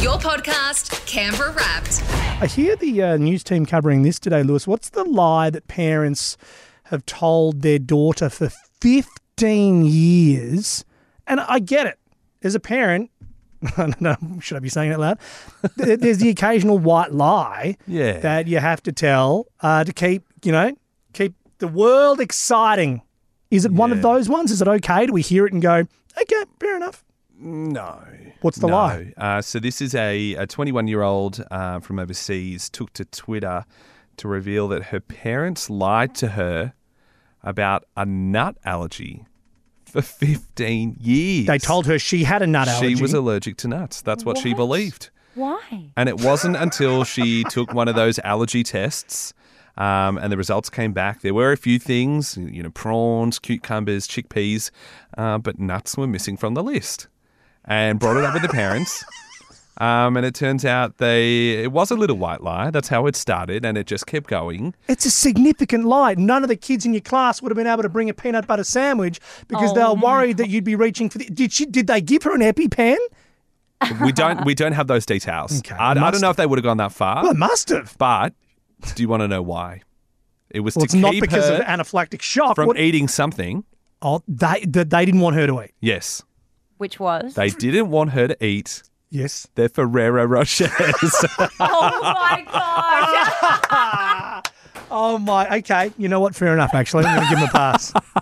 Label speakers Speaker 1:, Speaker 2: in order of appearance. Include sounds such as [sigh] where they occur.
Speaker 1: Your podcast, Canberra Wrapped.
Speaker 2: I hear the uh, news team covering this today, Lewis. What's the lie that parents have told their daughter for 15 years? And I get it. As a parent, [laughs] I don't know, should I be saying it loud? There- There's the occasional white lie
Speaker 3: Yeah.
Speaker 2: that you have to tell uh, to keep, you know, keep the world exciting. Is it one of
Speaker 3: Yeah.
Speaker 2: those ones? Is it okay? Do we hear it and go, okay, fair enough?
Speaker 3: No.
Speaker 2: What's the
Speaker 3: no.
Speaker 2: lie?
Speaker 3: Uh, so this is a a 21 year old uh, from overseas took to Twitter to reveal that her parents lied to her about a nut allergy for 15 years.
Speaker 2: They told her she had a nut allergy.
Speaker 3: she was allergic to nuts. That's what, she
Speaker 4: What?
Speaker 3: believed.
Speaker 4: Why?
Speaker 3: And it wasn't until she took one of those allergy tests. Um, and the results came back. There were a few things, you know, prawns, cucumbers, chickpeas, uh, but nuts were missing from the list. And brought it up with the parents. Um, and it turns out they it was a little white lie. That's how it started, and it just kept going.
Speaker 2: It's a significant lie. None of the kids in your class would have been able to bring a peanut butter sandwich because they were
Speaker 4: Oh,
Speaker 2: worried that you'd be reaching for the. Did she? Did they give her an EpiPen?
Speaker 3: We don't we don't have those details.
Speaker 2: Okay,
Speaker 3: I, I
Speaker 2: must-
Speaker 3: don't know if they would have gone that far,
Speaker 2: Well, they must have.
Speaker 3: but do you want to know why? It was
Speaker 2: Well,
Speaker 3: to
Speaker 2: it's not
Speaker 3: keep
Speaker 2: because
Speaker 3: her
Speaker 2: of anaphylactic shock.
Speaker 3: from
Speaker 2: What-
Speaker 3: eating something.
Speaker 2: oh, they, they they didn't want her to eat.
Speaker 3: Yes,
Speaker 4: Which was?
Speaker 3: They didn't want her to eat
Speaker 2: Yes.
Speaker 3: their Ferrero [laughs] Rochers.
Speaker 4: oh my gosh!
Speaker 2: [laughs] Oh my. Okay. You know what? Fair enough. Actually, I'm going to give them a pass.